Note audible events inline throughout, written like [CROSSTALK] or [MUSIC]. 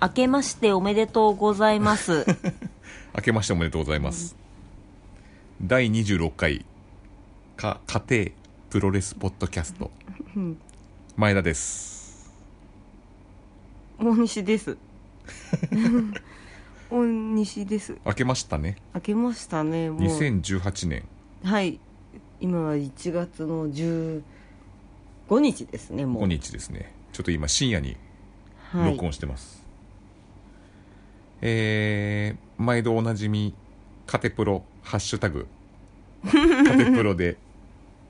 明けましておめでとうございます。明けましておめでとうございます。第26回、か、家庭プロレスポッドキャスト。前田です。 [LAUGHS] 大西です。 [LAUGHS] 大西です。明けましたね。明けましたね、もう。 2018年。はい。今は1月の15日ですね、もう。 5日ですねちょっと今深夜にはい録音してます、えー、毎度おなじみカテプロハッシュ [LAUGHS] タグカテプロで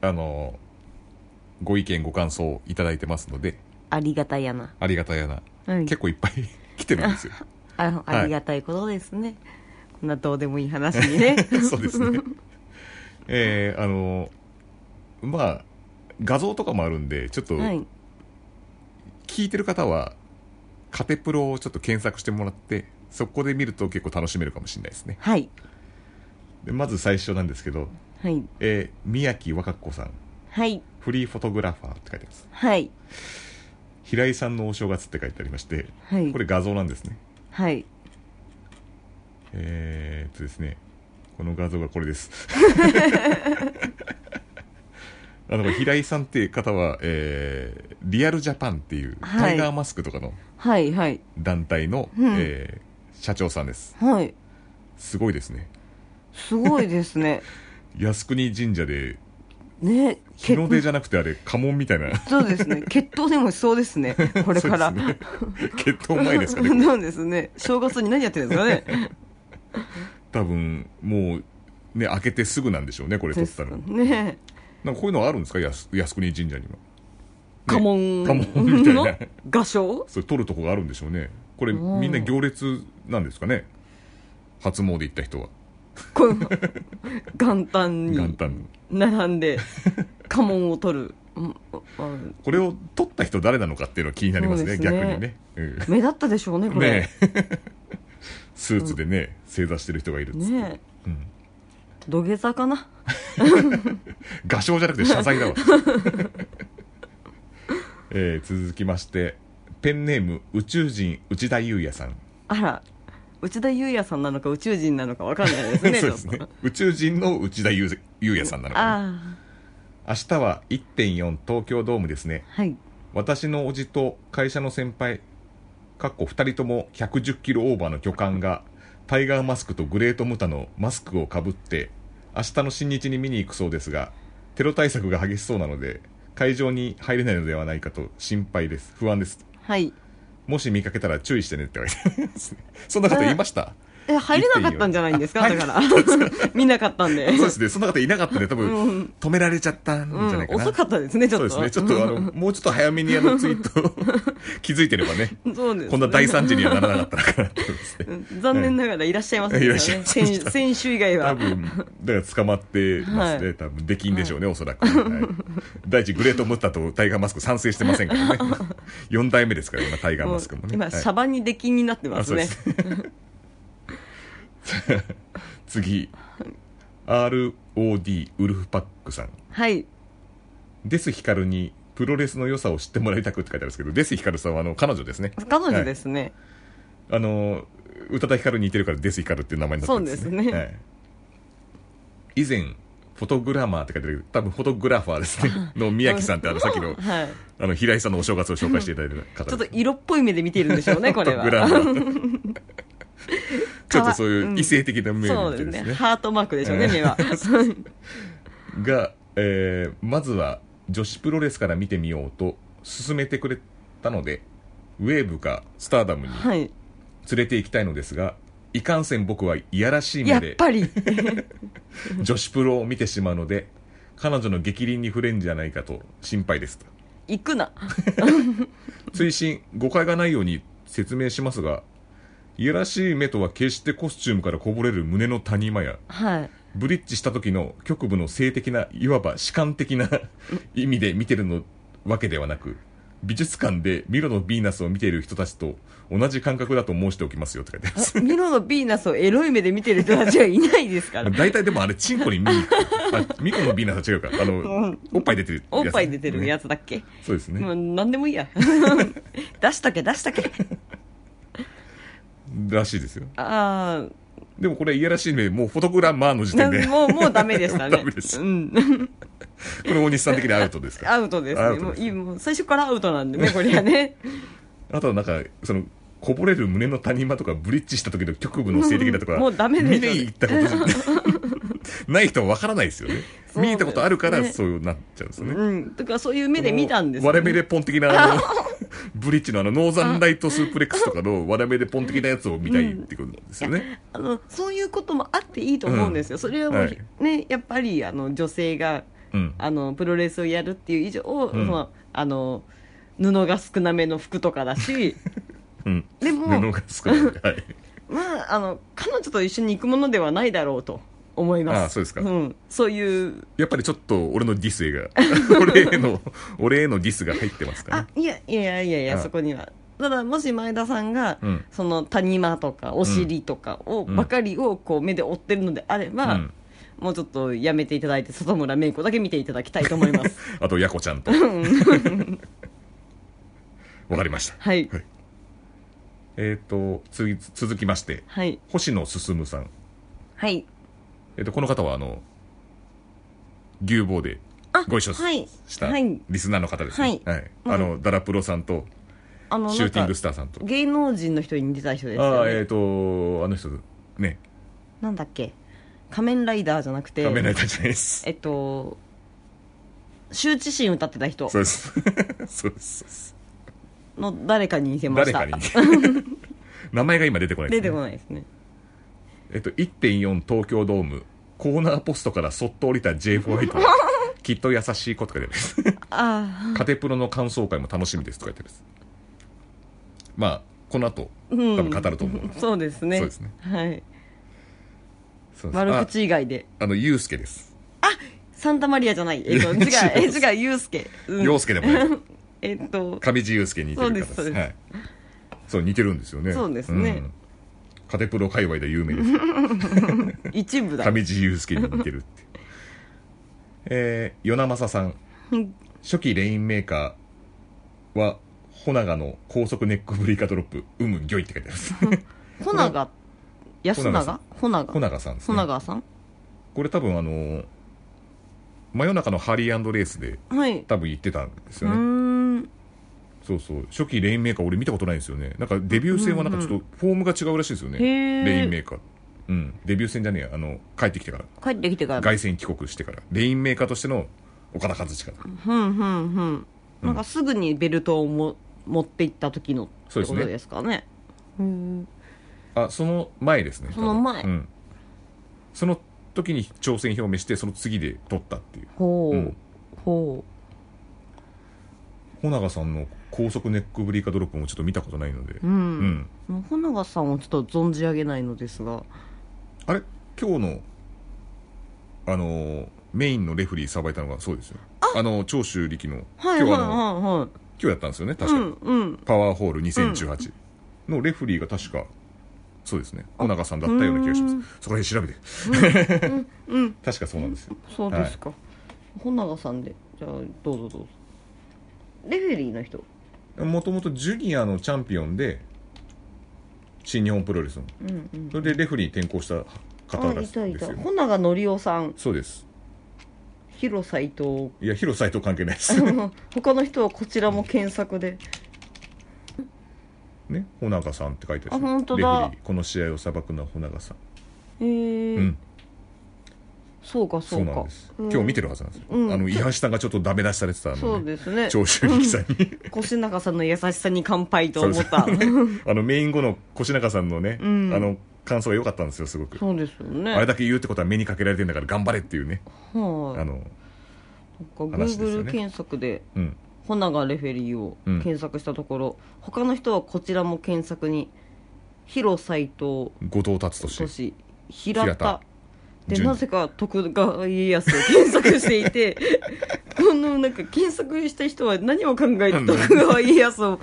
あのーご意見ご感想いただいてますのでありがたいやな。ありがたいやな、はい結構いっ [LAUGHS] ぱい来てるんですよあはいありがたいことですね。こんなどうでもいい話に [LAUGHS] ね。そうですねえー、あのーまあ画像とかもあるんでちょっとはい。聞いてる方はカテプロをちょっと検索してもらってそこで見ると結構楽しめるかもしれないですねはい。でまず最初なんですけど、はい。えー宮城若子さんはい。フリーフォトグラファーって書いてますはい。平井さんのお正月って書いてありましてはいこ。れ画像なんですねはい。えー、っとですねこの画像がこれです [LAUGHS] あの平井さんっていう方は、えーリアルジャパンっていうはいタイガーマスクとかのはい。はい。団体の、うんえー社長さんですはい。すごいですねすごいです [LAUGHS] ね。靖国神社でね。日の出結じゃなくてあれ家紋みたいなそうです [LAUGHS] ね。決闘でもしそうですね。これから。そうですね、決闘前ですかね [LAUGHS] そうですね。正月に何やってるんですかね。多分もうね開けてすぐなんでしょうねこれ撮ったのね。なんかこういうのあるんですか靖靖国神社には家紋家紋みたいなの画商それ撮るとこがあるんでしょうねこれうんみんな行列なんですかね初詣行った人はこう [LAUGHS] 元旦に元旦並んで家紋を取る。うんあこれを撮った人誰なのかっていうのは気になりますねそうです逆ねにね、うん目立ったでしょうね、これね。えスーツでね正座してる人がいるっつってねうん土下座かな。画商じゃなくて謝罪だわ、 [LAUGHS] えー続きましてペンネーム宇宙人内田裕也さんあら。内田裕也さんなのか宇宙人なのかわかんないですね。 [LAUGHS] そうですねちょっと宇宙人の内田裕裕也さんなのかなあ明日は1.4東京ドームですねあ、はい。私の叔父と会社の先輩かっこ2人とも110キロオーバーの巨漢がタイガーマスクとグレートムタのマスクをかぶって明日の新日に見に行くそうですがテロ対策が激しそうなので会場に入れないのではないかと心配です不安ですはい。もし見かけたら注意してねって書いてありますね [LAUGHS] そんな方いましたえ、入れなかったんじゃないんですか入だっていかいら。 [LAUGHS] 見なかったんで。そうですねそんな方いなかったんで多う分止められちゃったんじゃないかうん、な、遅かったですね、ちそょうっと。ですねちょっとあのもうちょっと早めにあのツイートを [LAUGHS] 気づいてればねそうですねこんな大惨事にはならなかったからですね [LAUGHS] うん残念ながらいらっしゃいませんでしたいらね。っしゃいません選でした選手以外多は。分だから捕まってますね、はい多分できんでしょうね、おそらく、はい第一グレートムッタとタイガーマスク賛成してませ [LAUGHS] んからね4代目ですから今タイガーもマうスクもね今、はいシャバに出禁になってますねあ。そうです次 ROD ウルフパックさんはい。デスヒカルにプロレスの良さを知ってもらいたくって書いてあるんですけどデスヒカルさんはあの彼女ですね彼女ですね。あの宇多田ヒカルに似てるからデスヒカルっていう名前になったんです、ね、そうですねはい以前フォトグラマーって書いてあるけど多分フォトグラファーですねの宮城さんってあのさっきのはい。あの平井さんのお正月を紹介していただいた方ちょっでとす色っぽい目で見ているんでしょうね、これはフォトグ。ラマー [LAUGHS] ちょっとそういう異性的な面そをう見ですてですね。ねハートマークでしょうね、うん目は。が、えーまずは女子プロレスから見てみようと勧めてくれたのでウェーブかスターダムに連 [LAUGHS] はい。れて行きたいのですがいかんせん僕はいやらしいや目っでぱり。 [LAUGHS] 女子プロを見てしまうので彼女の逆鱗に触れんじゃないかと心配ですと行くな。追伸誤解がないように説明しますがいやらしい目とは決してコスチュームからこぼれる胸の谷間やはい。ブリッジした時の局部の性的ないわば主観 [LAUGHS] 的な意味で見てるのわけではなく美術館でミロのヴィーナスを見ている人たちと同じ感覚だと申しておきますよって書いてありますミロのヴィーナスをエロい目で見てる人たちはいないですから。大体でもあれチンコに見に行くあミロのヴィーナスは違うかあの、うんおっぱい出てるやつねおっぱい出てるやつだっけそうですね [LAUGHS] もう何でもいいや。出しとけ、出しとけ。らしいですよあでもこれいやらしい目もうフォトグラマーの時あ、点で [LAUGHS] もこうもうダメでしたねダメですうん、れ大西さん的にアウトですからアウトですアねウトもでうすいいもう最初からアウトなんでねこれはねあとはなんかそのこぼれる胸の谷間とかブリッジした時の局部の性的だとかもうダメです見によね行ったことじゃ [LAUGHS] ない人はわからないですよねそう見に行ったことあるからねそうなっちゃうんですよねうんだからそういう目で見たんですよ割れ目でポン的なあ [LAUGHS] のブリッジのあのノーザンライトスープレックスとかの割れ目でポン的なやつを見たいってことですよねあのそういうこともあっていいと思うんですよ、それはもう、はいねやっぱりあの女性がうんあのプロレスをやるっていう以上、んそのあの布が少なめの服とかだ [LAUGHS] しうんで布 [LAUGHS] も、が少ないはいまあ、あの彼女と一緒に行くものではないだろうと思いますあそうですかん、そういうやっぱりちょっと俺のディス絵が [LAUGHS] 俺への俺へのディスが入ってますかあねいやいやいやいあやそこにはただもし前田さんが、うんその谷間とかお尻とかを、うんばかりをこう目で追ってるのであれば、うんもうちょっとやめていただいて外村芽衣子だけ見ていただきたいと思います [LAUGHS] あとやこちゃんとわかりましたはいはいえっ、と次続きましてはい星野進さん、はいえっとこの方はあの牛棒であご一緒はいしたはいリスナーの方ですね、はいあのダラプロさんとあのシューティングなんスターさんとか芸能人の人に出た人ですあよあねえっ、とあの人ねなんだっけ仮面ライダーじゃなくて仮面ライダーじゃないですえっと羞恥心歌ってた人そうです [LAUGHS] そうですそうですの誰かに似てまし誰た [LAUGHS] かに名前が今出てこないです、ね、出てこないですねえっと、1.4東京ドームコーナーポストからそっと降りた J [LAUGHS] ホワイトきっと優しい子とか出てますあカテプロの感想会も楽しみですとか言ってますまあこの後う多ん分語ると思う、あそうですねそうですねはいそうです悪口以外でああのユうスケですサンタマリアじゃないえっと [LAUGHS] 違違ううえ違うユうスケうん陽介でもない [LAUGHS] えっと上地ユうスケに似てる方ですそうですそうですはい、そう似てるんですよねそうですねんカテプロ界隈で有名 [LAUGHS] です一部だ上地雄介に似てるってえー、与那政さんうん初期レインメーカーはホナガの高速ネックブリカドロップうむギョイって書いてありますホナガ安ホナガさん永ホナガホナガさんですホねナガさんこれ多分あのー真夜中のハリーレースではい多分言ってたんですうよねーんそうそう初期レインメーカー俺見たことないんですよねなんかデビュー戦はなんかちょっとフォームが違うらしいですよね、へーレインメーカーうんデビュー戦じゃねえやあの帰ってきてから帰ってきてから凱旋帰国してからレインメーカーとしての岡田和親だふんふんふんなんかすぐにベルトをも持っていった時のってそうこですとねですかねうんあその前ですねその前多分うん、その時に挑戦表明してその次で取ったっていうほう、うんほ穂永さんの高速ネックブリーカドロップもちょっと見たことないのでうう、うんホナガさんをちょっと存じ上げないのですがあれ今日のあのーメインのレフリーさばいたのがそうですよあの長州力の今はい日はいはあのいはい今日やったんですよね確か、うんうんパワーホール2018のレフリーが確かそうですね穂永さんだったような気がしますうんそこら辺調べて確かそうなんですよそうですか、ホナガさんでじゃあどうぞどうぞレフェリーの人もともとジュニアのチャンピオンで新日本プロレスのうんうんそれでレフェリーに転向した方あらいしいたんいですたよホナガのりおさんそうです広斎藤いや広斎と関係ないです [LAUGHS] 他の人はこちらも検索でね穂永さんって書いてあるあ本当レフだェリーこの試合を裁くのは穂永さんへえ、うんそうかそそううかなんですうん今日見てるはずなんですようんあの伊橋さんがちょっとダメ出しされてたそのうでねすね長州力さんに [LAUGHS] 越中さんの優しさに乾杯と思っそたうですねあのメイン後の越中さんのねあうんの感想が良かったんですよすごくそうですよねあれだけ言うってことは目にかけられてんだから頑張れっていうねはあいのなんか話ですよ Google ね検索でうん「ホナガレフェリー」をうん検索したところ、他の人はこちらも検索に「広斎藤後藤達都俊市平平田田」で順なぜか徳川家康を検索してい [LAUGHS] てこのなんか検索した人は何を考えて徳川家康を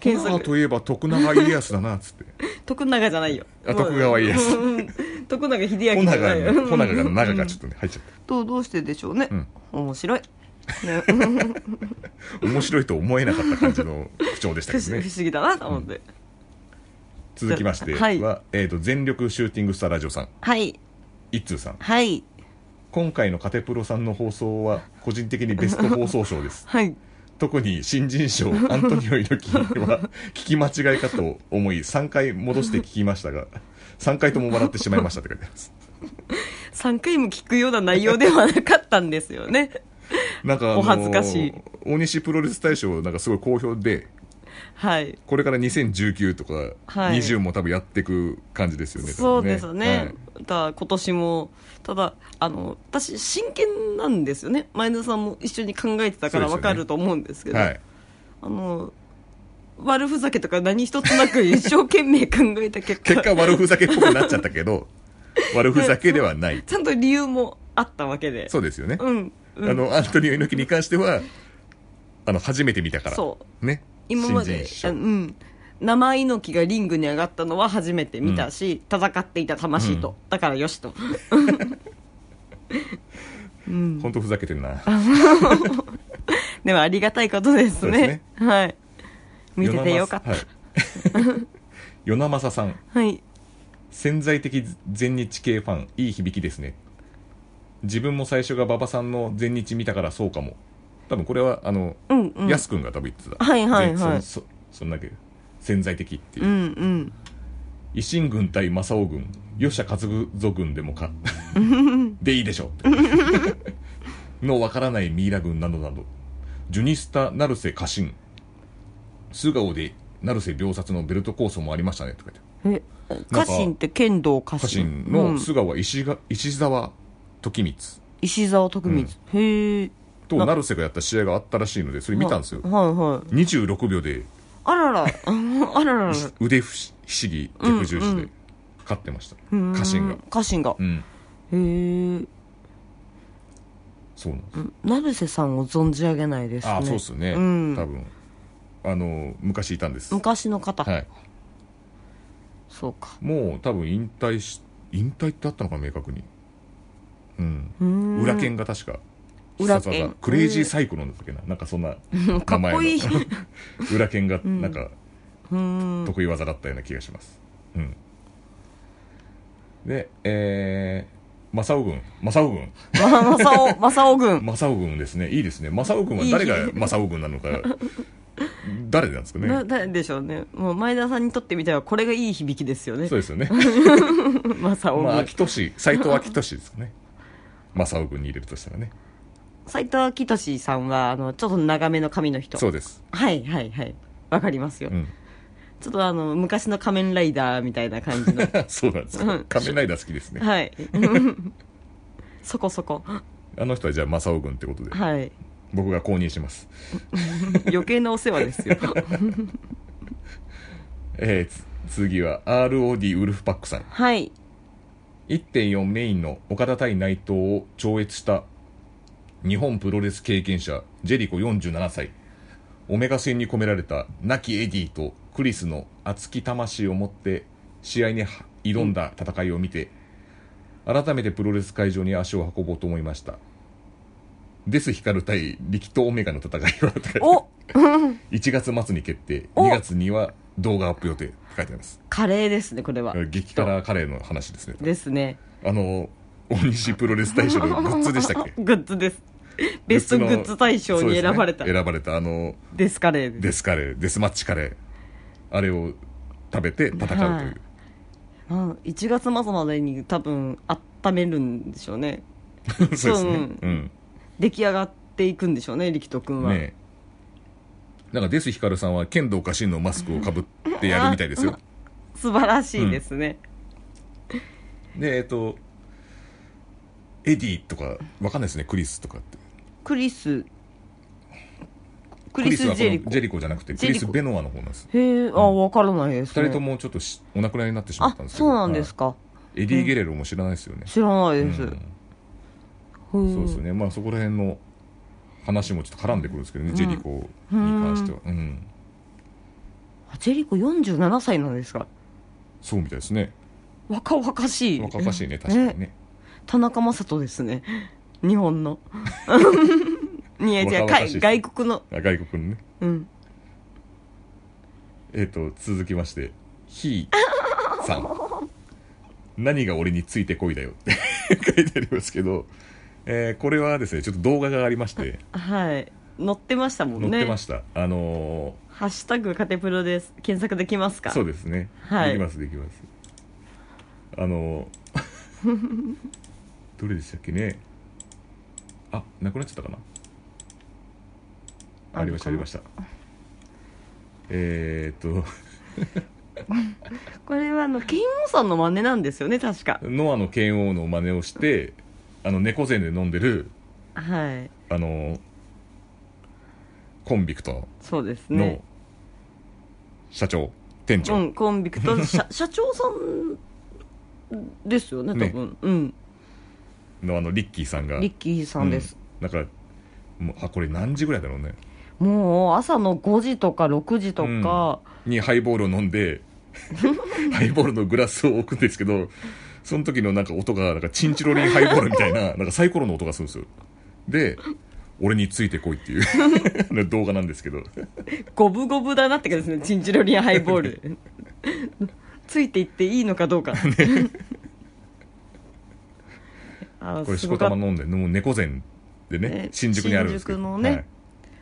検あ索といえば徳永家康だなっつって徳永じゃないよあ徳川家康うん徳永秀ホ明じナゃガないよの、ホナガ [LAUGHS] がの長がちょっとね、入っちゃっどうどうしてでしょうね、うん面白い、ねた。面白いと思えなかった感じの口調でした不け思 [LAUGHS] どね不。思議だなと思って、続きましては、はいえー、と全力シューティングスターラジオさんはい一通さんはい今回のカテプロさんの放送は個人的にベスト放送 [LAUGHS] 賞ですはい特に新人賞アントニオ猪木 [LAUGHS] は聞き間違いかと思い3回戻して聞きましたが3回とも笑ってしまいましたって書いてあります3回も聞くような内容ではなかったんですよ [LAUGHS] ねなんか、あのお恥ずかしい大西プロレス大賞なんかすごい好評ではいこれから2019とかはい20も多分やっていく感じですよね、そ多う分ねですね、だ今年もただあの私真剣なんですよね前田さんも一緒に考えてたからそうですよね分かると思うんですけどはい、はいあの悪ふざけとか何一つなく一生懸命考えた結果結果悪ふざけっぽくなっちゃった [LAUGHS] けど悪ふざけではないちゃんと理由もあったわけでそうですよね、うん、うん、あのアントニオ猪木に関してはあの初めて見たからそうね今まで新人あ賞うん生猪木がリングに上がったのは初めて見たし、戦っていた魂と、うんだからよしとうん本当ふざけてるなでもありがたいことですそうねですはい見ててよかったはい [LAUGHS] 与那政さんはい潜在的全日系ファンいい響きですね自分も最初が馬場さんの全日見たからそうかも多分これはあの、うんうんやすくんが多分言ってたはいはいはい全そそそんだけ潜在的っていう、うんうん維新軍対正雄軍吉社勝軍軍でも [LAUGHS] かでいいでしょう [LAUGHS] のわからないミイラ軍などなどジュニスタ成瀬家臣素顔で成瀬秒殺のベルト構想もありましたねって書いてあるえ家臣って剣道家臣家臣うのん素顔は石が石沢時光石沢徳光、へえと成瀬がやった試合があったらしいのでそれ見たんですよはいはい26秒であら [LAUGHS] らあららら [LAUGHS] 腕不思議逆十字で勝ってましたうん家臣が家臣がう、んへえそうなんです成瀬さんを存じ上げないですねああそうっすね多うん分あの昔いたんです昔の方、はいそうかもう多分引退し引退ってあったのかな明確にうんうーん裏剣が確か裏剣必殺技クレイジーサイクロンだったっけななんかそんなかっこいい名前の [LAUGHS] 裏剣がなんかうーん得意技だったような気がします、うん、でえー、正雄軍正雄軍ままさ [LAUGHS] おまさお軍正雄軍ですねいいですね正雄軍は誰がいい正雄軍なのか誰なんですかなね誰でしょうねもう前田さんにとってみたらこれがいい響きですよね [LAUGHS] そうですよねまさおまあ軍秋俊斎藤秋俊ですかね正雄軍に入れるとしたらね斎藤明俊さんはあのちょっと長めの髪の人そうです、はいはいはいわかりますよ、うん、 [LAUGHS] ちょっとあの昔の仮面ライダーみたいな感じの [LAUGHS] そうなんですうんか仮面ライダー好きですねはい [LAUGHS] そこそこあの人はじゃあ正雄軍ってことではい僕が公認します余計なお世話ですよえーつ次は ROD ウルフパックさんはい1.4メインの岡田対内藤を超越した日本プロレス経験者ジェリコ47歳オメガ戦に込められた亡きエディとクリスの熱き魂を持って試合には挑んだ戦いを見て、改めてプロレス会場に足を運ぼうと思いましたデス光る対力とオメガの戦いはとか言ってお1月末に決定お2月には動画アップ予定って書いてありますカレーですねこれは激辛カレーの話ですねですねあの大西プロレス大賞のグッズでしたっけ [LAUGHS] グッズですベストグッズ大賞に選ばれたそうですね選ばれたあのデスカレーですデスカレーデスマッチカレーあれを食べて戦うという、はいうん、1月末までに多分温めるんでしょうね [LAUGHS] そうですねうんうん出来上がっていくんでしょうね力斗君は、ねえなんかデスヒカルさんは剣道家臣のマスクをかぶってやるみたいですよ素晴らしいですね、でえっとエディとかわかんないですねクリスとかってクリスクリス・はこジェのリコジェリコじゃなくてジクェリリコス・ベノアの方なんですへえあ分からないです二ね人ともちょっとしお亡くなりになってしまっあたんですけそどうなんですか、はいエディ・ゲレロも知らないですよね、知らないです、うんうんそうですね、まあそこら辺の話もちょっと絡んでくるんですけどね、ジェリコに関しては、うん、あジェリコ47歳なんですかそうみたいですね、若々しい若々しいね、確かにね、田中雅人ですね [LAUGHS] 日本 [LAUGHS] のいやじゃあ若々しい海外国のあ外国のね、うんえっ、と、続きまして、ひさ [LAUGHS] ん何が俺についてこいだよって [LAUGHS] 書いてありますけど、えーこれはですねちょっと動画がありましてはい載ってましたもん載ねってました、あのハッシュタグカテプロです検索できますーかそうですね、はいできますできますあのー [LAUGHS] どれでしたっけねあなくなっちゃったかなありましたありましたえーっと [LAUGHS] これはあの剣王さんの真似なんですよね確かノアの剣王の真似をしてあの猫背で飲んでるはいあのコンビクトそうですねの社長、店長、うん、コンビクト社社長さんですよね多分、うんのあのリッキーさんがリッキーさんです、、うんだからもうあこれ何時ぐらいだろうねもう朝の5時とか6時とか、にハイボールを飲 [LAUGHS] んでハイボールのグラスを置くんですけどその時のなんか音がなんかチンチロリンハイボールみた [LAUGHS] いななんかサイコロの音がするんですよで俺についてこいっ [LAUGHS] ていう動画なんですけど五分五分だなって感じですねチンチロリンハイボール [LAUGHS] ついていっていいのかどうか、 [LAUGHS] あこれすしごこかたっまた飲んでもう猫膳でねね新宿にあるんですけど新宿のねはい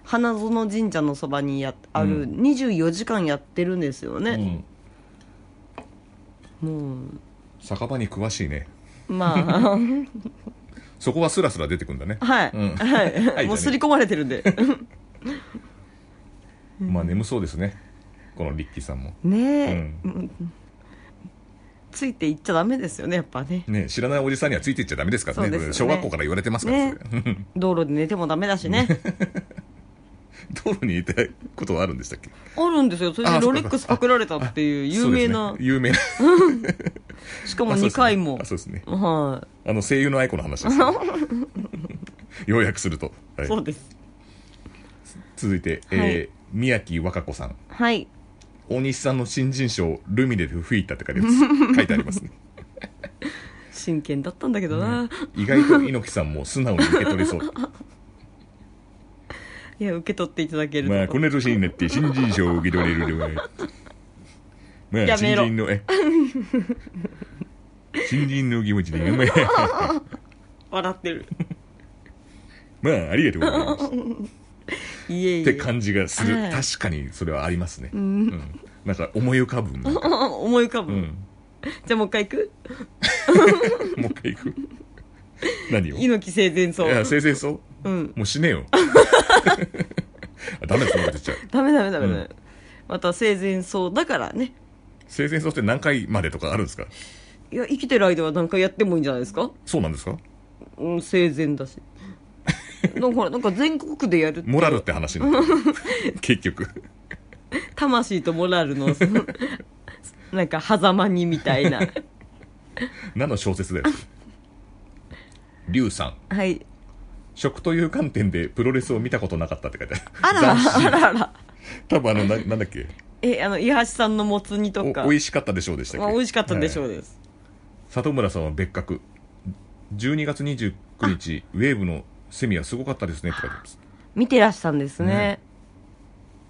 花園神社のそばにやあるうん24時間やってるんですよね、も酒場に詳しいねうまあそこはスラスラ出てくんだね、はい、う [LAUGHS] んはい、はいもう刷り込まれてるんでまあ眠そうですねこのリッキーさんもねえ、うんついていっちゃダメですよねやっぱねね知らないおじさんにはついていっちゃダメですからねそうですよね小学校から言われてますから、ねそれ道路で寝てもダメだしね [LAUGHS] 道路にいたことはあるんでしたっけあるんですよそれあでそうロかレックスパクられたっていう有そう名ですねな、[LAUGHS] 有名なしかもあそうで2すね回もあそうですねは、あの声優の愛子の話ですね要約すると、はいいそうです続いて、えはーい宮城和歌子さんはい大西さんの新人賞「ルミネで吹いた」って書いてあり [LAUGHS] ます書いてありますね真剣だったんだけどな、意外と猪木さんも素直に受け取れ [LAUGHS] そういや受け取っていただけると、まあこの年になって新人賞を受け取れるではまあや新めろ [LAUGHS] 人のえ新人の気持ちで [LAUGHS] まあ笑って [LAUGHS] るまあありがとうございますいえいえって感じがする、はい確かにそれはありますね、うんなんか思い浮かぶもん [LAUGHS] 思い浮かぶ、うんじゃあもう一回行くもう一回行く [LAUGHS] 何をい猪木生前葬や生前葬うんもう死ねよ [LAUGHS] あダメだそんなこと言っちゃうダメダメダメダメ、うんまた生前葬だからね生前葬って何回までとかあるんですかいや生きてる間は何回やってもいいんじゃないですかそうなんですかうん生前 [LAUGHS] だしだからなんか全国区でやるってモラルって [LAUGHS] 話になってる結局魂とモラル [LAUGHS] のそのなんか狭間にみたいな何の小説だよ龍さ [LAUGHS] んはい食という観点でプロレスを見たことなかったって書いてああるら斬新あらあら多分あのななんだっけえあの伊橋さんのもつ煮とおか美味しかったでしょうでしたまっあ、け美味しかったんでしょはういです、里村さんは別格12月29日ウェーブのセミはすごかったですねって書いてあります見てらしたんですねね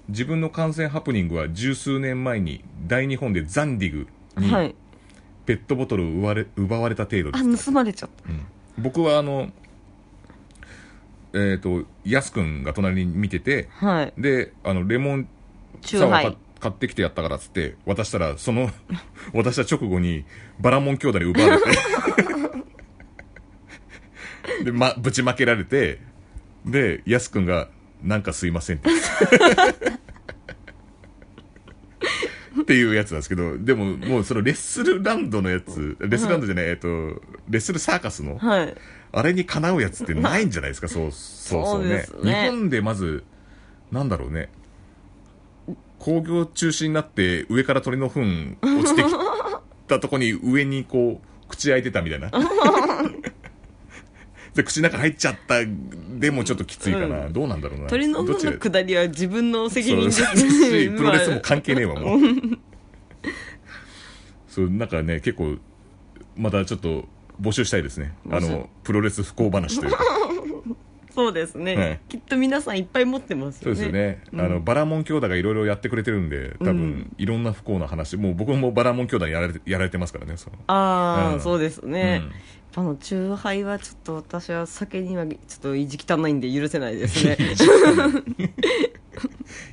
自分の感染ハプニングは十数年前に大日本でザンディグにはいペットボトルを奪われ奪われた程度であす、盗まれちゃった僕はあのえっ、とやすくんが隣に見ててはいであのレモンチュサーワハーイか買ってきてやったからっつって渡したら [LAUGHS] その渡した直後にバラモン兄弟に奪われてで、ま、ぶちまけられてでやすくんが「なんかすいません」って [LAUGHS] っていうやつなんですけどでももうそのレッスルランドのやつレッスルランドじゃない、えっとレッスルサーカスのはいあれにかなうやつってないんじゃないですか、そう、そうそうね。そうですね日本でまず、なんだろうね。工業中止になって上から鳥の糞落ちてきたとこに上にこう、口開いてた [LAUGHS] みたいな。で、口の中入っちゃった、でもちょっときついかな。うどうなんだろうな。鳥の糞のどっちがくだりは自分の [LAUGHS] 責任ですそうそうそう [LAUGHS] しプロレスも関係ねえわ、もう。 [LAUGHS] そう、なんかね、結構、またちょっと募集したいですね。あ募集 [LAUGHS] の、プロレス不幸話というか。そうですね、はいきっと皆さんいっぱい持ってますそうよねですよね、うんあのバラモン兄弟がいろいろやってくれてるんで多分、うんいろんな不幸な話もう僕もバラモン兄弟やられてやられてますからねそのああ、うんそうですね、うあんの酎ハイはちょっと私は酒にはちょっと意地汚いんで許せないです [LAUGHS] ね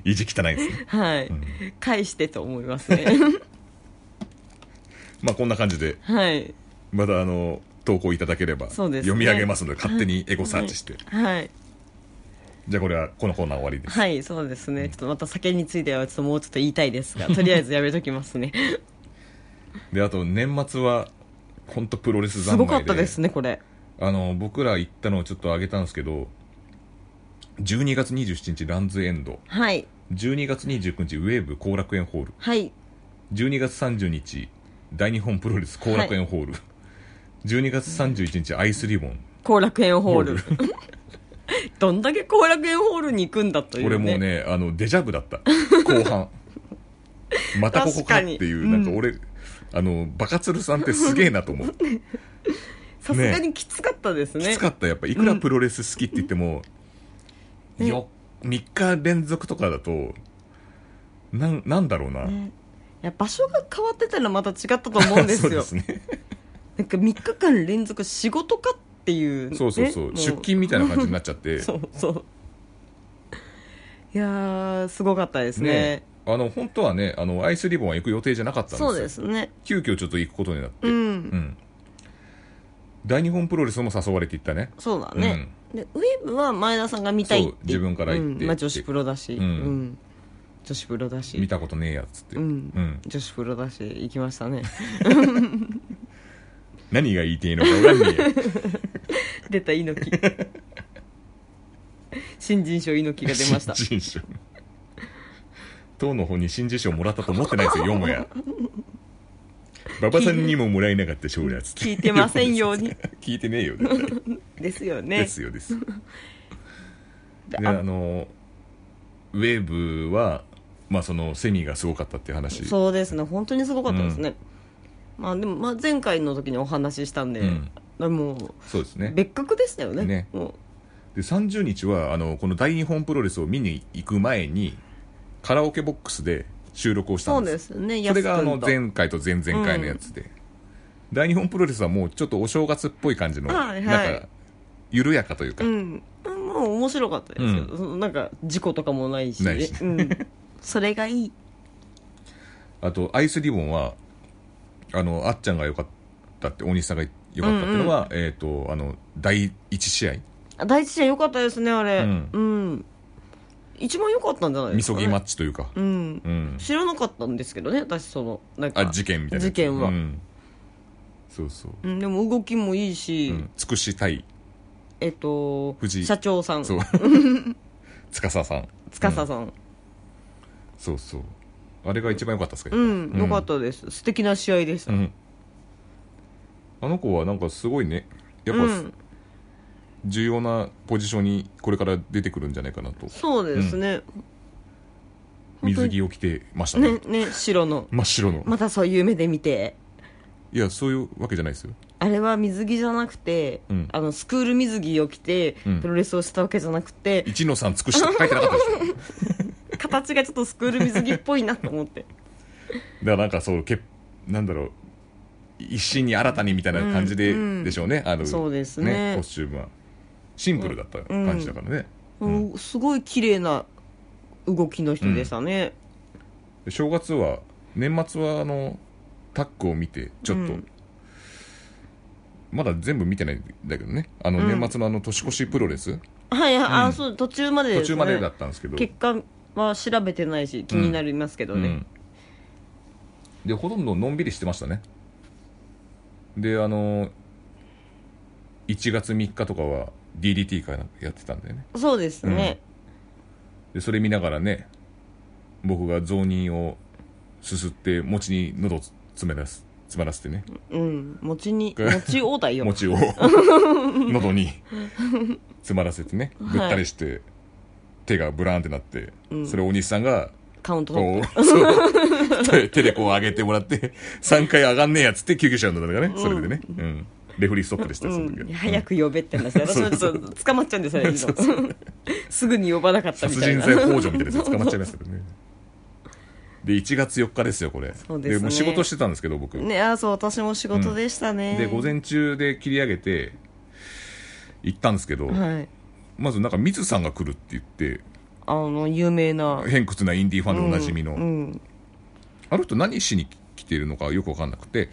意地汚いですね、はい、うん返してと思いますね [LAUGHS] まあこんな感じではいまたあの投稿いただければ、そうですね読み上げますので勝手にエゴサーチして、はいじゃあこれはこのコーナー終わりです、はいそうですねちょっとまた酒についてはちょっともうちょっと言いたいです [LAUGHS] がとりあえずやめときますねであと年末は本当プロレスす三昧ごでかったですねこれあの僕ら行ったのをちょっと上げたんですけど12月27日ランズエンドはい12月29日ウェーブ後楽園ホールはい12月30日大日本プロレス後楽園ホール、12月31日アイスリボン後楽園ホールホ [LAUGHS] どんだけ後楽園ホールに行くんだという、ね、俺もうねあのデジャブだった後 [LAUGHS] 半またここかってい確かうなにんか俺、あのバカツルさんってすげえなと思うさすがにきつかったですねきつかったやっぱいくらプロレス好きって言っても、うんよ3日連続とかだとなんなんだろうな、ねいや場所が変わってたらまた違ったと思うんです [LAUGHS] そうよですねなんか3日間連続仕事かっていう、ね、そうそうそうも出勤みたいな感じになっちゃっ [LAUGHS] てそうそういやーすごかったですねねあの本当はねあのアイスリボンは行く予定じゃなかったんですよそうですね急遽ちょっと行くことになって、うん、うん大日本プロレスも誘われて行ったねそうだね、でウェーブは前田さんが見たいってそう自分から言ってうんまあ、女子プロだし、うんうん女子プロだし見たことねえやつって、うんうん女子プロだし行きましたね [LAUGHS] 何が言いていいのか分かんね出た猪木新人賞猪木えが出ました新人賞党の方に新人賞もらったと思ってないですよよもや馬場さんにももらえなかった賞だっつって聞いてませんように聞いてねえよ絶対ですよねですよですよででああのウェーブはまあそのセミがすごかったっていう話そうですね本当にすごかったですね、まあでも、まあ、前回の時にお話ししたんで、うんでもそうですうね別格でしたよねねもで30日はあのこの大日本プロレスを見に行く前にカラオケボックスで収録をうしたそんうですですねそれがあの安くん前回と前々回のやつで、大日本プロレスはもうちょっとお正月っぽい感じの、はいはいなんか緩やかというか、とうんもう面白かったですよ、うそのなんか事故とかもないしないし [LAUGHS] うん、それがいいあとアイスリボンはあのあっちゃんが良かったって大西さんが良かったっていうのは、えっ、とあの第1試合あ第一試合良かったですねあれううんん、一番良かったんじゃないみですそか、ね、ぎマッチというか、うんうん、知らなかったんですけどね私そのなんかあ事件みたいなやつ事件はうんそうそう、うん、でも動きもいいし、うん、つくしたいえっと藤井社長さん [LAUGHS] そう司さん司さん、そうそうあれが一番良かったですけど、うん、良かったです素敵な試合でした、うんあの子はなんかすごいねやっぱ、うん重要なポジションにこれから出てくるんじゃないかなとそうですね、本当水に着を着てましたねねね白の真っ白の、またそういう目で見ていやそういうわけじゃないですよあれは水着じゃなくて、うんあのスクール水着を着て、うんプロレスをしたわけじゃなくて一野さん尽くしたって書いてなかった [LAUGHS] でしょ形がちょっとスクール水着っぽいなと思ってだからなんかそうけなんだろう一心に新たにみたいな感じで、うんうんでしょうねあのそうですねコスチュームはシンプルだった感じだからね、 [LAUGHS] うんうんすごい綺麗な動きの人でしたね、で正月は年末はあのタックを見てちょっと、うんまだ全部見てないんだけどねあのうん年末のあの年越しプロレス、はいはい、うあんそう途中までです、ね、途中までだったんですけど、結果は調べてないし気になりますけどうね、ん、でほとんどのんびりしてましたねであの1月3日とかは DDT からやってたんだよねそうですね、でそれ見ながらね僕が雑煮をすすって餅に喉を詰め出す詰まらせてねうん、餅 [LAUGHS] に、餅をだよ。 [LAUGHS] 餅を喉に詰まらせてねはいぐったりして、手がブラーンってなって、うんそれをお西さんがカウントダウンこうそう手手でこう上げてもらって3回上がんねえやつって救急車呼んだんだからねそれでね、うんレフリーストップでしたよ、その時うはん、早く呼べって話私はちょっと捕まっちゃうんですよねそう今すぐに呼ばなかったみ殺たい人な罪幇助みたいなやつ捕まっちゃいましたけどねで1月4日ですよこれそうですねもう仕事してたんですけど僕、ねあそう私も仕事でしたね、で午前中で切り上げて行ったんですけど、はいまずなんかミツさんが来るって言ってあの有名な偏屈なインディーファンでおなじみの、うんうんあの人何しに来てるのかよく分かんなくて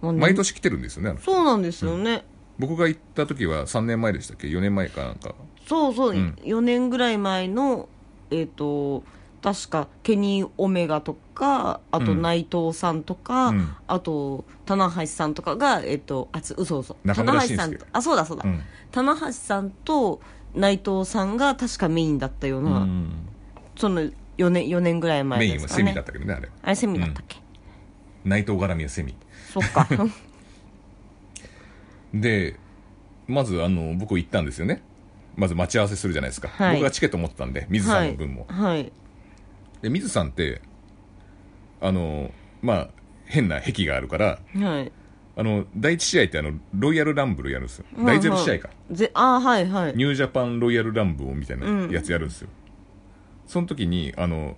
まあね毎年来てるんですよねあの人そうなんですよね、僕が行った時は3年前でしたっけ4年前かなんかそうそう、うん4年ぐらい前のえっ、と確かケニー・オメガとかあとうん内藤さんとか、うんあと棚橋さんとかがえっ、とあつ嘘嘘中村棚橋慎さ介んとあそうだそうだ、うん棚橋さんと内藤さんが確かメインだったよううな、んその4年 ,4 年ぐらいメ前イでンすはかセねミだったけどねあれあれセミだったっけ、内藤絡みはセミそっか [LAUGHS] でまずあの僕行ったんですよねまず待ち合わせするじゃないですか、はい僕がチケット持ってたんで水さんの分も、はい、はい、で水さんってあのまあ変な癖があるからはい。あの第一試合ってあのロイヤルランブルやるんですよ、うん第ゼロ試合か、ぜ、あーはいはい。ニュージャパンロイヤルランブルみたいなうんやつやるんですよ、その時にあの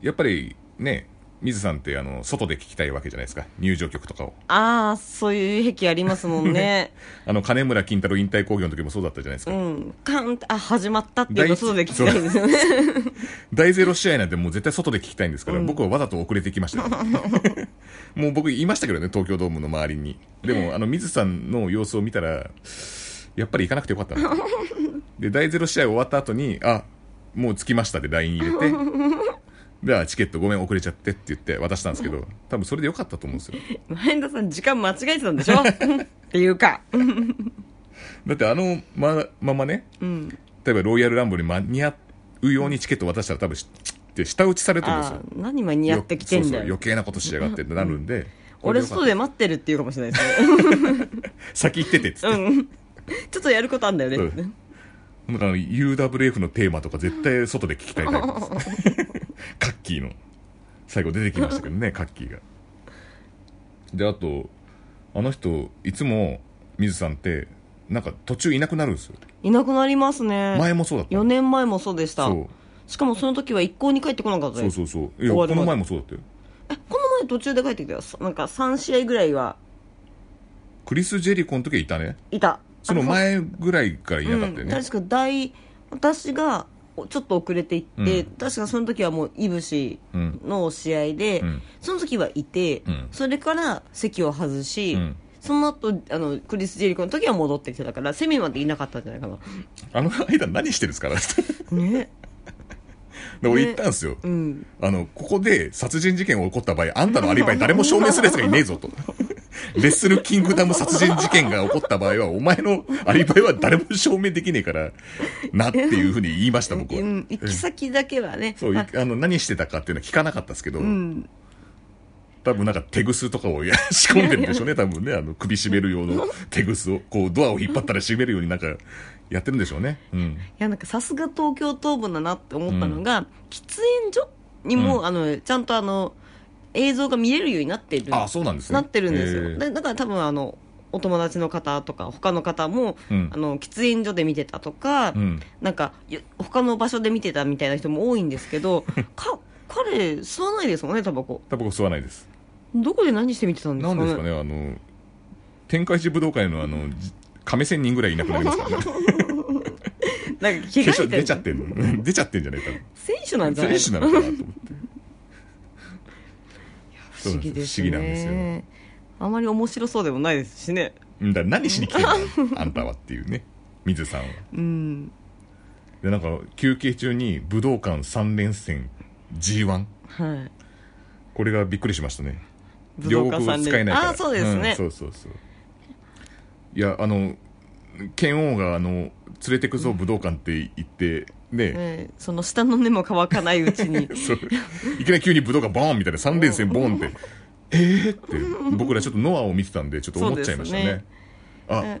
やっぱりね水さんってあの外で聞きたいわけじゃないですか入場曲とかをああ、そういう癖ありますもん [LAUGHS] ね。あの金村金太郎引退興行の時もそうだったじゃないですか、うん。カンってあ、始まったっていうことで聞きたいですよね。第ゼロ試合なんてもう絶対外で聞きたいんですから、うん僕はわざと遅れてきましたよ [LAUGHS] もう僕いましたけどね東京ドームの周りにでもあの水さんの様子を見たらやっぱり行かなくてよかった [LAUGHS] なで第ゼロ試合終わった後にあもう着きましたで LINE 入れてではチケットごめん遅れちゃってって言って渡したんですけど多分それでよかったと思うんですよ前田さん、時間間違えてたんで [LAUGHS] しょうんっていうか。だってあのまままねうん。例えばロイヤルランボルに間に合うようにチケット渡したら多分しチッって舌打ちされてるんですあよー何マニアってきてんそうだそうよ余。計なことしやがってってなるんで、こ俺、れよかった外で待ってるっていうかもしれないですね。先行っててっつっうて、 [LAUGHS] ん。ちょっとやることあんだよね。うんなんかあの UWF のテーマとか絶対外で聞きたいタイ [LAUGHS] プですカッキーの最後出てきましたけどねカッキーがであとあの人いつも水さんってなんか途中いなくなるんですよいなくなりますね。前もそうだった4年前もそうでした。そうしかもその時は一向に帰ってこなかったそでうす。そうそういや終わるまこでの前もそうだったよえ、この前途中で帰ってきたよ。なんか3試合ぐらいはクリス・ジェリコの時はいたねいた。その前ぐらいからいなかったよね、うん、確か第私がちょっと遅れていって、うん確かその時はもういぶしうんの試合で、うんその時はいて、うんそれから席を外し、うんその後あのクリス・ジェリコの時は戻ってきてたからセミまでいなかったんじゃないかなあの間何してるんですか [LAUGHS] でね俺言ったんですよ、うんあの、ここで殺人事件が起こった場合、あんたのアリバイ誰も証明する奴がいねえ [LAUGHS] ぞと。レッスルキングダム殺人事件が起こった場合は、お前のアリバイは誰も証明できねえから、なっていうふうに言いました、僕うは。ん行き先だけはねそう、いああの、何してたかっていうのは聞かなかったですけど、うん多分なんか手ぐすとかをいや仕込んでるんでしょうね、多分ね、あの、首絞める [LAUGHS] 用の手ぐすを、こう、ドアを引っ張ったら絞めるようになんか、やってるんでしょうね。うん。いやなんかさすが東京東部だなって思ったのが、喫煙所にも、うあのちゃんとあの映像が見れるようになってるあそうなんですね。なってるんですよ、えーでだから多分あのお友達の方とか他の方も、うんあの喫煙所で見てたとか、うん。なんかよ他の場所で見てたみたいな人も多いんですけ [LAUGHS] どか彼吸わないですもんねタバコタバコ吸わないです。どこで何して見てたんですなかんねですかね、あの、天下一武道会のあの、じ亀仙人ぐらいいなくな [LAUGHS] りますからね。なんか着替え化粧てる出ちゃってんの。出ちゃってんじゃないか選手なんじゃないな。の選手なのかなと思って。不思議ですそうなんです不思議なんねあまり面白そうでもないですしねうんだから何しに来てんのあんたはっていうね。水さんは。うんで、なんか、休憩中に武道館3連戦 G1。はいこれがびっくりしましたね。武道両館国さをん使でえないから。あそうですねんそうそうそう。いや、あの、剣王が、あの、連れてくぞ武道館って言って、ね、ねその下の根も乾かないうち [LAUGHS] にそういきなり急に武道がボーンみたいな3連戦ボーンって、えーって、僕らちょっとノアを見てたんで、ちょっと思っちゃいましたね。そうですねあ、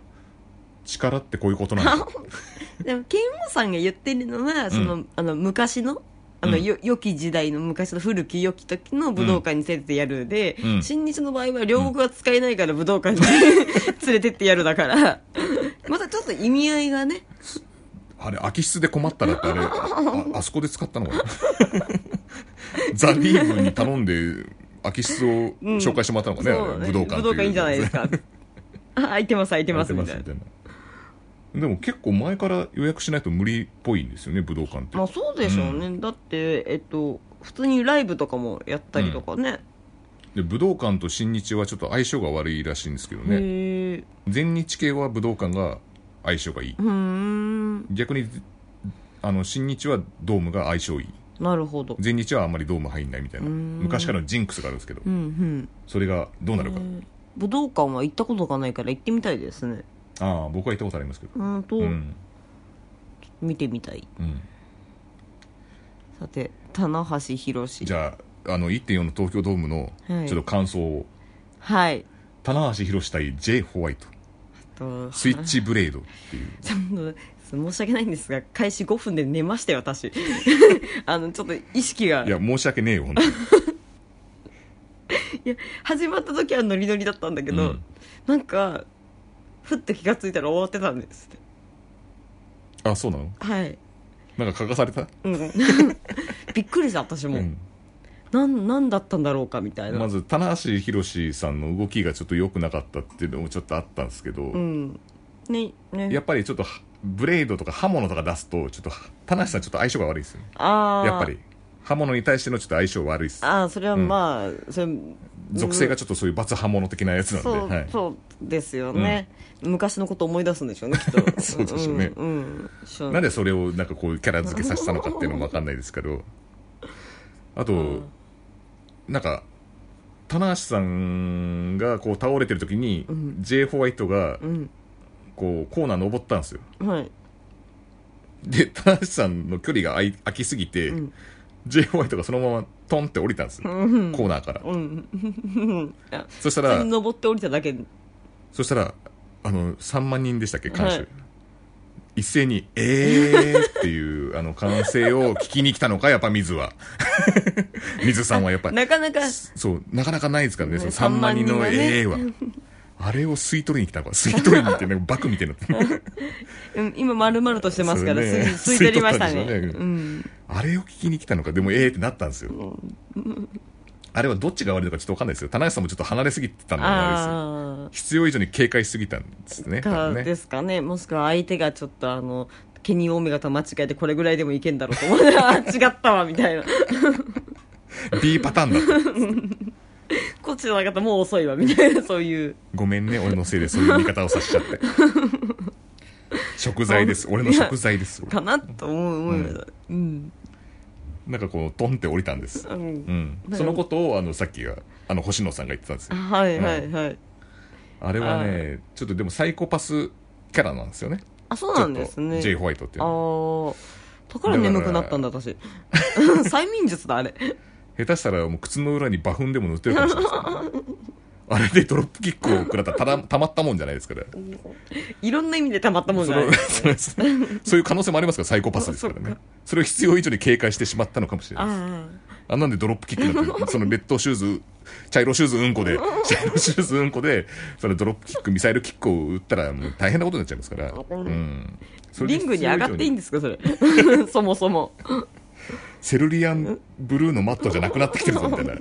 力ってこういうことなんだ。でも剣王さんが言ってるのはその、あの昔のあの、うんよ良き時代の昔の古き良き時の武道館に連れてってやるで、うん新日の場合は両国は使えないから武道 [LAUGHS] 館に連れてってやるだから、またちょっと意味合いがね、あれ、空き室で困ったらってあれ、ああそこで使ったのかな [LAUGHS] ザ・リーグに頼んで、空き室を紹介してもらったのかね、そうあれ武道館武道館いいんじゃないです [LAUGHS] か。あ、空いてます、空いてやまっす、てみまたすいみな。たい [LAUGHS] な。でも結構前から予約しないと無理っぽいんですよね、武道館って。まあそうでしょうね。だって、えっと、普通にライブとかもやったりとかね。で武道館と新日はちょっと相性が悪いらしいんですけどね。へえ。。全日系は武道館が相性がいいうーん。逆に、あの、新日はドームが相性いい。なるほど。全日はあんまりドーム入んないみたいな。うん昔からのジンクスがあるんですけどう、んうん。それがどうなるか。武道館は行ったことがないから行ってみたいですね。ああ、僕は行ったことありますけど。うんと、うん。見てみたい。うん。さて、棚橋宏じゃあ、あの、1.4の東京ドームの、はいちょっと感想を。はい。棚橋宏対 J ホワイト。とスイッチブレードっていう。ちょっと [LAUGHS] 申し訳ないんですが開始5分で寝ましたよ私 [LAUGHS] あのちょっと意識がいや、申し訳ねえよ、本当に。いや始まった時はノリノリだったんだけど、うんなんかふっと気がついたら終わってたんですあ、そうなのはい、なんか書かされたうん [LAUGHS] [LAUGHS] びっくりした私も、うん。なんなんだったんだろうかみたいな、まず、棚橋宏さんの動きがちょっと良くなかったっていうのもちょっとあったんですけど、うんねねやっぱりちょっとは、ブレードとか刃物とか出すと、ちょっと、棚橋さんちょっと相性が悪いですよね。ああやっぱり。刃物に対してのちょっと相性悪いです。ああそれはうんまあ、それ属性がちょっとそういう罰刃物的なやつなんで、そう、はい。そうですよね、昔のこと思い出すんでしょうねきっと [LAUGHS] そうでしょうねうん、うんしょうなんでそれをなんかこうキャラ付けさせたのかっていうのもわかんないですけどあと、んなんか棚橋さんがこう倒れてる時に、J ホワイトがうんこうコーナー登ったんですよはいで棚橋さんの距離が空い空きすぎて、ん J ホワイトがそのままトンって降りたんですよ、コーナーから、うん [LAUGHS] うんあそした普ら通に登って降りただけそしたらあの3万人でしたっけ観衆、はい一斉に「え [LAUGHS] ー」っていうあの歓声を聞きに来たのかやっぱ [LAUGHS] 水は水さんはやっぱりなかなかそう、なかなかないですからねね、その3 3万万人人のがね AA は。あれを吸い取りに来たのか、吸い取りにって、なんか [LAUGHS] バクみたいになって。うん今丸々としてますから、そうねす吸い取りましたね吸い取ったんでしょうねうんあれを聞きに来たのか、でも AA ってなったんですよ。あれはどっちが悪いのかちょっとわかんないですよ。田中さんもちょっと離れすぎてたのもあれですよ。あ必要以上に警戒しすぎたんですね。あ多か分でねすかねもしくは相手がちょっとあのケニー・オメガと間違えてこれぐらいでもいけんだろう [LAUGHS] と思ってあー違ったわみたいな B パターンだった。こっちじゃなかったもう遅いわみたいなそういうごめんね、俺のせいでそういう見方をさせち [LAUGHS] ゃって。食材です。俺の食材です。かなと思う思いましたうん、なんかこう、トンって降りたんです。ううんん。そのことを、あの、さっきが、あの、星野さんが言ってたんですよ。はいはいはい、あれはね、ちょっとでもサイコパスキャラなんですよね。あそうなんですちょっねと J. ホワイトっていうあのあだから眠くなったんだ私 [LAUGHS] 催眠術だあれ下手したらもう靴の裏に馬粉でも塗ってるかもしれないですねあれでドロップキックを食らったらただたまったもんじゃないですから。いろんな意味でたまったもんじそゃないのそうですそういう可能性もありますから、サイコパスですからそねっか。それを必要以上に警戒してしまったのかもしれないです。ああんなんでドロップキッ [LAUGHS] クなんて、そのレッドシューズ、茶色シューズうんこで、茶色シューズうんこで、そのドロップキック、ミサイルキックを打ったらもう大変なことになっちゃいますから。うん。あそれリでングに上がっていいんですか [LAUGHS] それそもそもセルリアンブルーのマットじゃなくなってきてるぞみたいな。こ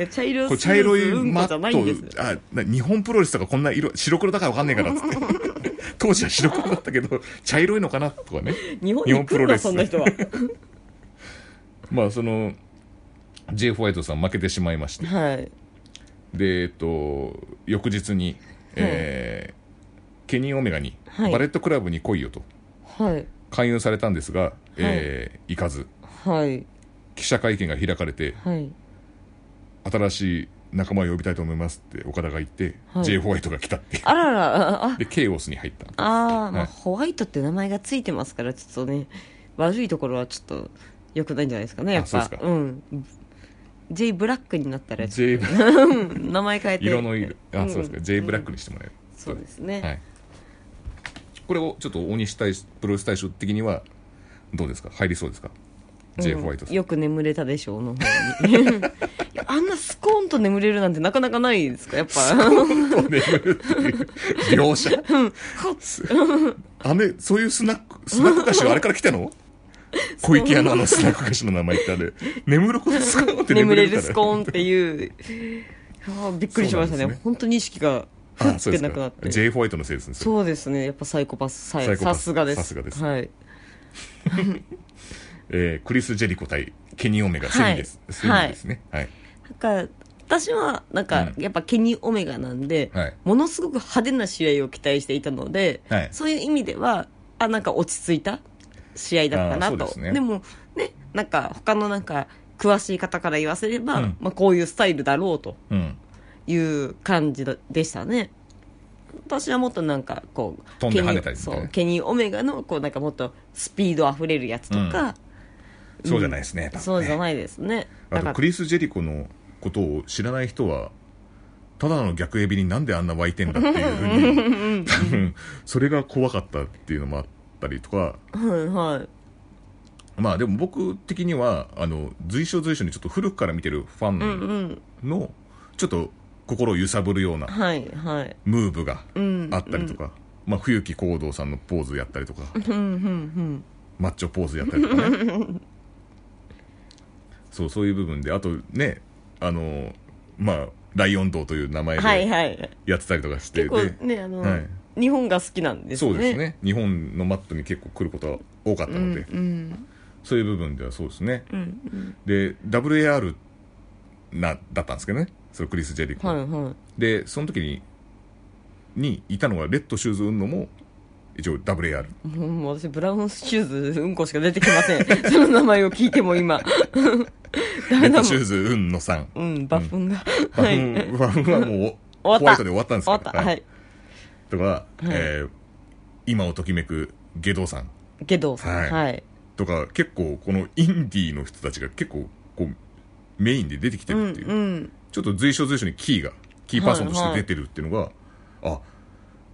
いや茶色う茶色いうんマこじット、ゃないんですあな日本プロレスとかこんな色、白黒だからわかんねえからっつって。 [LAUGHS] 当時は白黒だったけど、茶色いのかなとかね。日本に来るのそんな人はまあその、J. ホワイトさん負けてしまいまして。はいで、えっと、翌日に、えーケニー・オメガに、はいバレットクラブに来いよとはい勧誘されたんですが、えー行かず、はい記者会見が開かれて、はい新しい仲間を呼びたいと思いますって岡田が言って、はい J. ホワイトが来たっていうあららあでケイオスに入ったあー、まはいあホワイトって名前がついてますからちょっとね悪いところはちょっとよくないんじゃないですかねやっあぱそうですかん J ブラックになったらちょっ J ブラックと [LAUGHS] うん名前変えて色の色あそうですか、うん J ブラックにしてもらえるそうですね、はいこれをちょっと大西大プロレス大賞的にはどうですか入りそうですか J. ホワイトさん、よく眠れたでしょうの方 [LAUGHS] にいやあんなスコーンと眠れるなんてなかなかないですかやっぱと眠るっていう描写ほっあれそういうスナックスナック菓子はあれから来たの小池屋のあのスナック菓子の名前ってあれ眠ることスコーンって眠眠れれるスるからコーンっていうあーびっくりしましたそうねなんですね本当に意識がふあっそうてですなくなっかて J. ホワイトのせいですねそれそうですねやっぱサイコパスさサイコパさスすがですさすがですはいえークリス・ジェリコ対ケニー・オメガセミです、はいセミですねはいなんか私はなんかうんやっぱケニー・オメガなんで、はいものすごく派手な試合を期待していたので、はいそういう意味ではあなんか落ち着いた試合だったなあーそうとですねもねなんか他のなんか詳しい方から言わせれば、うんまあ、こういうスタイルだろうとうんいう感じだでしたね私はもっとなんかこう飛んで跳ねたりみたいそなうケニー・オメガのこうなんかもっとスピードあふれるやつとか、そうじゃないですね、多分ねそうじゃないですねあなとんかクリス・ジェリコのことを知らない人はただの逆エビになんであんな湧いてんだっていうふうに多分それが怖かったっていうのもあったりとかはいはいまあでも僕的にはあの随所随所にちょっと古くから見てるファうんンうんのちょっと心を揺さぶるようなはいはいムーブがうんあったりとか、まあ、冬木耕堂さんのポーズやったりとかうんうんマッチョポーズやったりとかね [LAUGHS] そうそういう部分であとねあのまあライオン道という名う前んはいではいやってたりとかして、結構でねあの、はい日本が好きなんですそねうですね日本のマットに結構来ることが多かったうのんで、うんそういう部分ではそうですねうんで WAR なだったんですけどねそのクリス・ジェリうんコ、はいはいでその時ににいたのがレッドシューズ・ウンノも一応 WAR [LAUGHS] もうもう私ブラウンシューズうんこしか出てきません [LAUGHS] その名前を聞いても今ダメレッだドもシュんーズ・ウンノさんうんバフンが、バフはいン終バフンはもうホ終わったワイトで終わったんですわよったはい、とか、えー今をときめくゲドウさんゲドウさんははいい、とか結構このインディーの人たちが結構こうメインで出てきてうんるっていう、うんちょっと随所随所にキーがキーパーソンとして出てるっていうのが、あ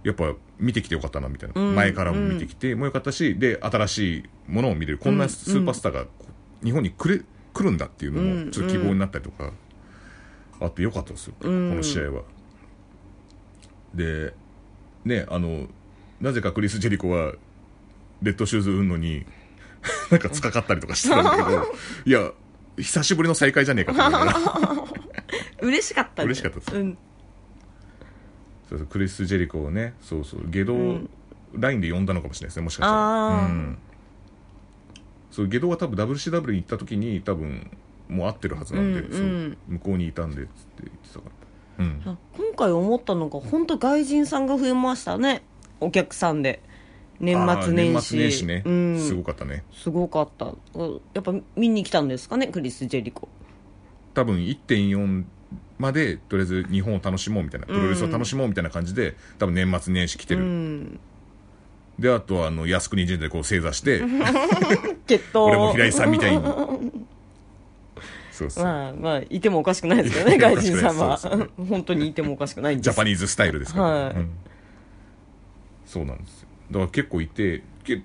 やっぱ見てきてよかったなみたいな、うん前からも見てきてもよかったしで新しいものを見れるこんなスーパースターが日本に来れ来るんだっていうのうもんちょっと希望になったりとか、あってよかったですよ、うんこの試合は。でねあのなぜかクリス・ジェリコはレッドシューズ運 [LAUGHS] のになんかつかかったりとかしてたんだけどいや久しぶりの再会じゃねえかと思いながら嬉しかったんだよ嬉しかったですうんそうそうクリス・ジェリコをねそうそう下道、んラインで呼んだのかもしれないですねもしかしたあら、ーうん、そう下道は多分 WCW に行った時に多分もう会ってるはずなんで、うんそううん向こうにいたんでっつって言ってたから、うん、あ今回思ったのが本当外人さんが増えましたねお客さんで年末あー年年始末年始ね、うん、すごかったねすごかったうんやっぱ見に来たんですかねクリス・ジェリコ多分1.4までとりあえず日本を楽しもうみたいなプロレスを楽しもうみたいな感じで、多分年末年始来てうる、んであとはあの靖国神社でこう正座して決闘俺も平井さん [LAUGHS] みたいにそうそう、まあまあいてもおかしくないですけどねいてもお外か人しくなさいんはそうです [LAUGHS] 本当にいてもおかしくないんジでャすパニーズスタイルですから、はいうんそうなんですよだから結構いて結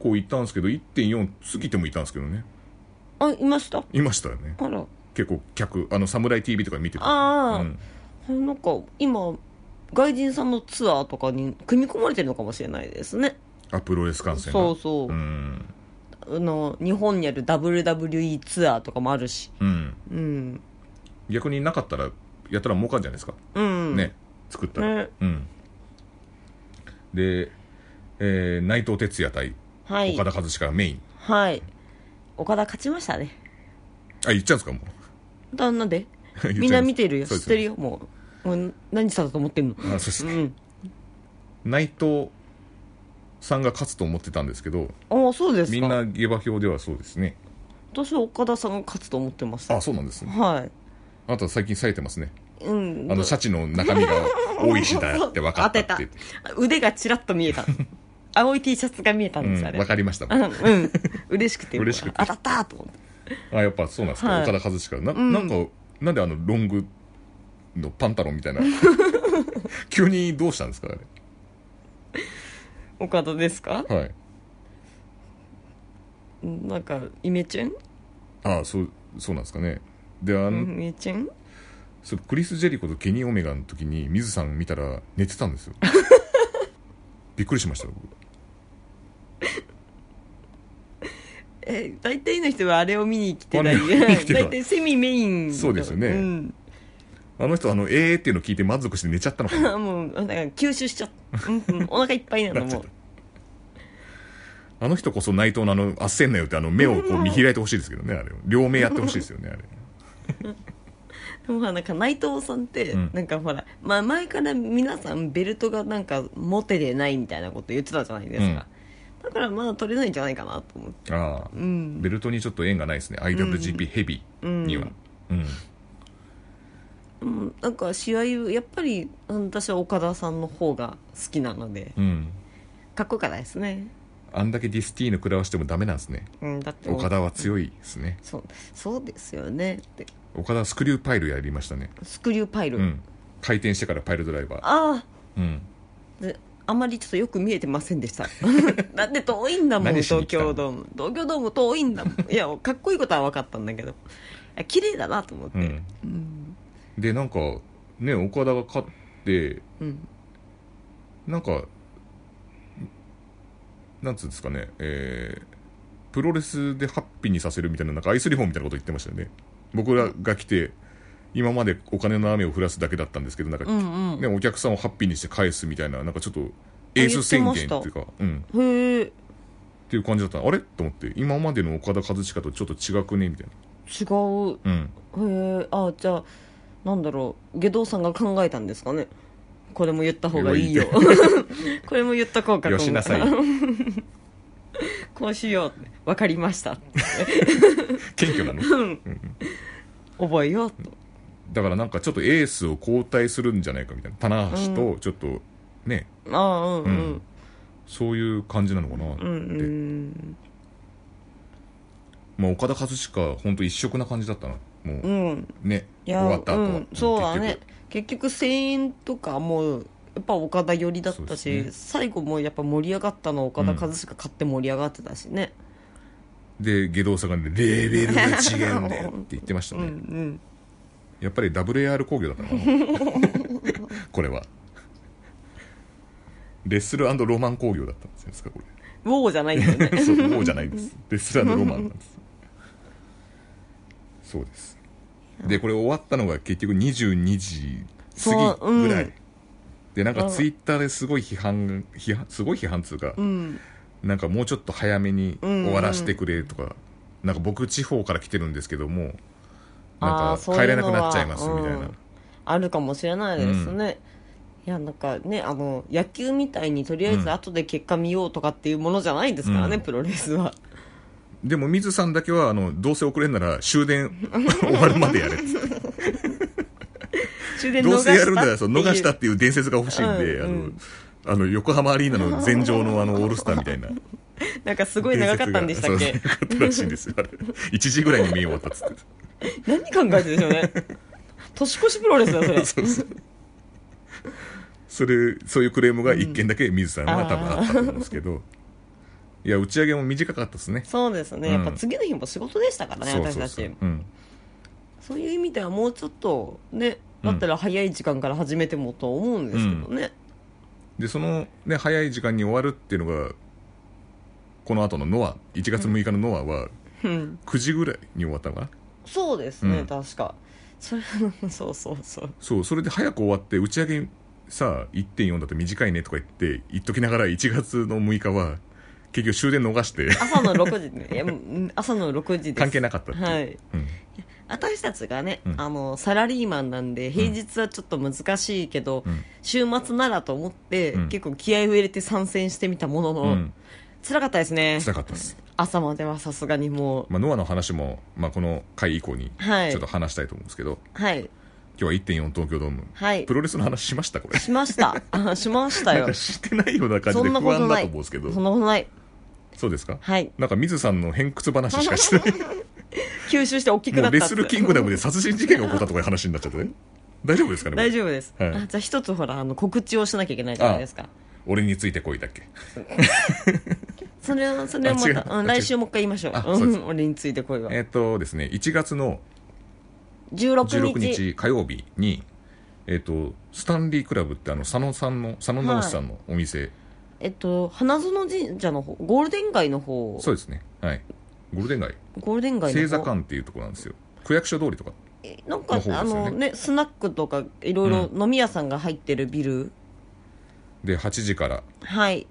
構いたんですけど1.4過ぎてもいたんですけどねあいましたいましたよねあら結構客あの「サムライ TV」とか見てたあーうんなんか今外人さんのツアーとかに組み込まれてるのかもしれないですねあプロレス観戦がそうそう、うんあの日本にある WWE ツアーとかもあるしうんうん逆になかったらやったら儲かんじゃないですか、うんね作ったら、ねうんで、えー内藤哲也対はい岡田和志がメインはい岡田勝ちましたねあ言っちゃうんですか [LAUGHS] もうだなんで言っちゃいますみんな見てるよそ知うっですてるよもうもう何したと思ってんのあそうですうねん内藤さんが勝つと思ってたんですけどああそうですかみんな下馬評ではそうですね私は岡田さんが勝つと思ってましたあそうなんですねはあなた最近冴えてますねいうんあのシャチの中身が多い石だって分かったって当てた腕がちらっと見 [LAUGHS] えた青い T シャツが見えたんうです、ん、あれ分かりましたもうんんうん嬉しくて嬉しくて当たったと思ってあやっぱそうなんですか、はい岡田和志からな,、んなんかなんであのロングのパンタロンみた [LAUGHS] いな急にどうしたんですかあ岡田ですかれはいうんなんかイメチェンああそうそうなんですかねであの、うんえちゃんそれクリス・ジェリコとケニー・オメガの時に水さん見たら寝てたんです [LAUGHS] よびっくりしました僕え大体の人はあれを見に来てなあいれを [LAUGHS] 見に来てない大体セミメインそうですよねん、 [LAUGHS] あの人あの「ええー」っていうの聞いて満足して寝ちゃったのか [LAUGHS] なあもうなんか吸収しちゃっ、うんうん、お腹いっぱいななのっちゃっもたあの人こそ内藤のあの「あっせんなよ」ってあの目をこう見開いてほしいですけどねあれ両目やってほしいですよねあれ [LAUGHS] うでもほらなんか内藤さんって、うんなんかほら、まあ、前から皆さんベルトがなんかモテでないみたいなこと言ってたじゃないですか、だからまあ取れないんじゃないかなと思ってああうんベルトにちょっと縁がないですね IWGP ヘビーにはうん、うんなんか試合やっぱりうん私は岡田さんの方が好きなのでうん、かっこよかったですね、あんだけディスティーヌ食らわしてもダメなんですねうん、だって岡田は強いですねそうそうですよねって岡田はスクリューパイルやりましたねスクリューパイル、うん回転してからパイルドライバーあうんあであまりちょっとよく見えてませんでした [LAUGHS] だって遠いんだもん何し東に来たの京ドーム東京ドーム遠いんだもんいやかっこいいことは分かったんだけどいや綺麗だなと思って、うんでなんかね岡田が勝ってうんなんかなんつうんですかねえープロレスでハッピーにさせるみたいななんかアイスリフォンみたいなこと言ってましたよね僕らが来て今までお金の雨を降らすだけだったんですけどなんか、うんうんね、お客さんをハッピーにして返すみたいななんかちょっとエース宣言っていう言ってかうんへえ違っていう感じだったあれと思って今までの岡田和親とちょっと違くねみたいうなうんへえあじゃあなんだろう外道さんが考えたんですかねこれも言った方がいいよ [LAUGHS] これも言った方がよしなさい [LAUGHS] こうしようって分かりました謙虚なの [LAUGHS] 覚えようとだからなんかちょっとエースを交代するんじゃないかみたいな棚橋とちょっとね、ああうんううんんそういう感じなのかなって、うんうんまあ、岡田和親本当一色な感じだったなもう、うんねい終やわった後は、うん、そうだ結ね結局声援とかもやっぱ岡田寄りだったそうでし、すね最後もやっぱ盛り上がったのは岡田和志が勝って盛り上がってたしね、局で下道さんが、ね「レベルが違うんだよ」って言ってましたうん、ね、うんやっぱり WAR 工業だったのか [LAUGHS] なこれはレッスルロマン工業だったんじゃないですかこれウォーじゃないんだよね [LAUGHS] [LAUGHS] そうもうじゃないんですレスラーのロマンなんですそうですでこれ終わったのが結局22時過ぎぐらい、そううんでなんかうんツイッターですごい批判批判すごい批判っつう [LAUGHS] か、うんなんかもうちょっと早めにうんうん終わらせてくれとか、なんか僕地方から来てるんですけどもあなーんそかういう帰のはれなくなっちゃいますみたいなうんあるかもしれないですね、いやなんかねあの野球みたいにとりあえず後で結果見ようとかっていうものじゃないですからね、うんプロレス [LAUGHS] はでも水さんだけはあのどうせ遅れんなら [LAUGHS] 終電終わるまでやれっつって終電逃どうしたせやるんだっらていうそう逃したっていう伝説が欲しいんで、うんうんあのあの横浜アリーナの前場のあのオールスターみたいななんかすごい長かったんでしたっ伝け説がそう長かったらしいんですよあれ1時ぐらいに見終わったっつって何考えてるんでしょう [LAUGHS] ね年越しプロレスだよそれそうそうそれそういうクレームが1件だけ水さんは多分あったと思うんですけど、いや打ち上げも短かったですねそうですね、うんやっぱ次の日も仕事でしたからねそう私そうたそうち、うん、そういう意味ではもうちょっとねうんだったら早い時間から始めてもと思うんですけどね、でその、ね、早い時間に終わるっていうのがこの後のノア1月6日のノアはうん9時ぐらいに終わったのかな、そうですね、うん確かそれ [LAUGHS] そうそうそうそうそれで早く終わって打ち上げさ1.4だと短いねとか言って言っときながら1月の6日は結局終電 [LAUGHS] 逃して朝の6時 [LAUGHS] ねいやうん朝の6時です関係なかったっていう、はいうん私たちがね、うんあのサラリーマンなんで平日はちょっと難しいけど、うん週末ならと思って、うん結構気合を入れて参戦してみたものの、うん、辛かったですね辛かったです、朝まではさすがにもうまあ、ノアの話も、まあ、この回以降にはいちょっと話したいと思うんですけど、はい今日は1.4東京ドーム、はいプロレスの話しましたこれしました。あしましたなんよか。してないような感じそでん不なこと安だなとい。思うんですけどそんなことない。そうですかはい。なんか水さんの偏屈話しかしてない吸収して大きくもなうったレっスてルキングダムで殺人事件が起こったとかいう話になっちゃってね大丈夫ですか [LAUGHS] ね大丈夫です。はいあじゃあ一つほら、あの、告知をしなきゃいけないじゃないですか。俺についてこいだっけそれはそれはまあ違うた、うん、来週もう一回言いましょうあうそうですん俺についてこいはえっとですね1月の16 16日日火曜日にえっとスタンリークラブってあの佐野さんの佐野直さんのお店、えっと花園神社の方ゴールデン街の方そうですねはいゴールデン街ゴールデン街の星方座館っていうところなんですよ区役所通りとかえなんか、の方ですよあねのねスナックとかいろいろ飲み屋さんが入ってるビル、で8時からはい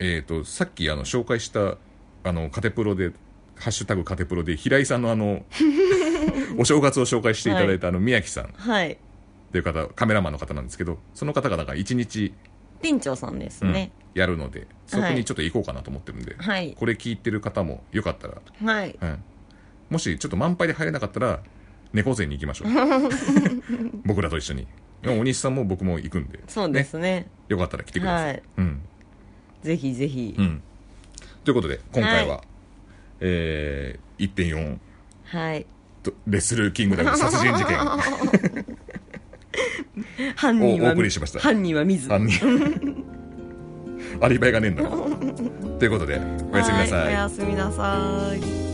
えー、とさっきあの紹介したあのカテプロで「ハッシュタグカテプロ」で平井さんのあ [LAUGHS] のお正月を紹介していただいたあの宮城さんっはいていう方カメラマンの方なんですけどその方がなんか1日、店長さんですうんね、やるのでそこにちょっと行こうかなと思ってるんで、はいこれ聞いてる方もよかったら、はいうんもしちょっと満杯で入れなかったら猫背に行き [LAUGHS] ましょう僕らと一緒にでもお西さんも僕も行くんでそうですねよかったら来てください、はいうんぜひぜひ、うん、ということで今回は、はえー、1.4はいとレスルーキングダム殺人 [LAUGHS] 事件犯人おはお送りしました犯人は見ず犯人 [LAUGHS] アリバイがねえんだなということでおやすみなさはいおやすみなさい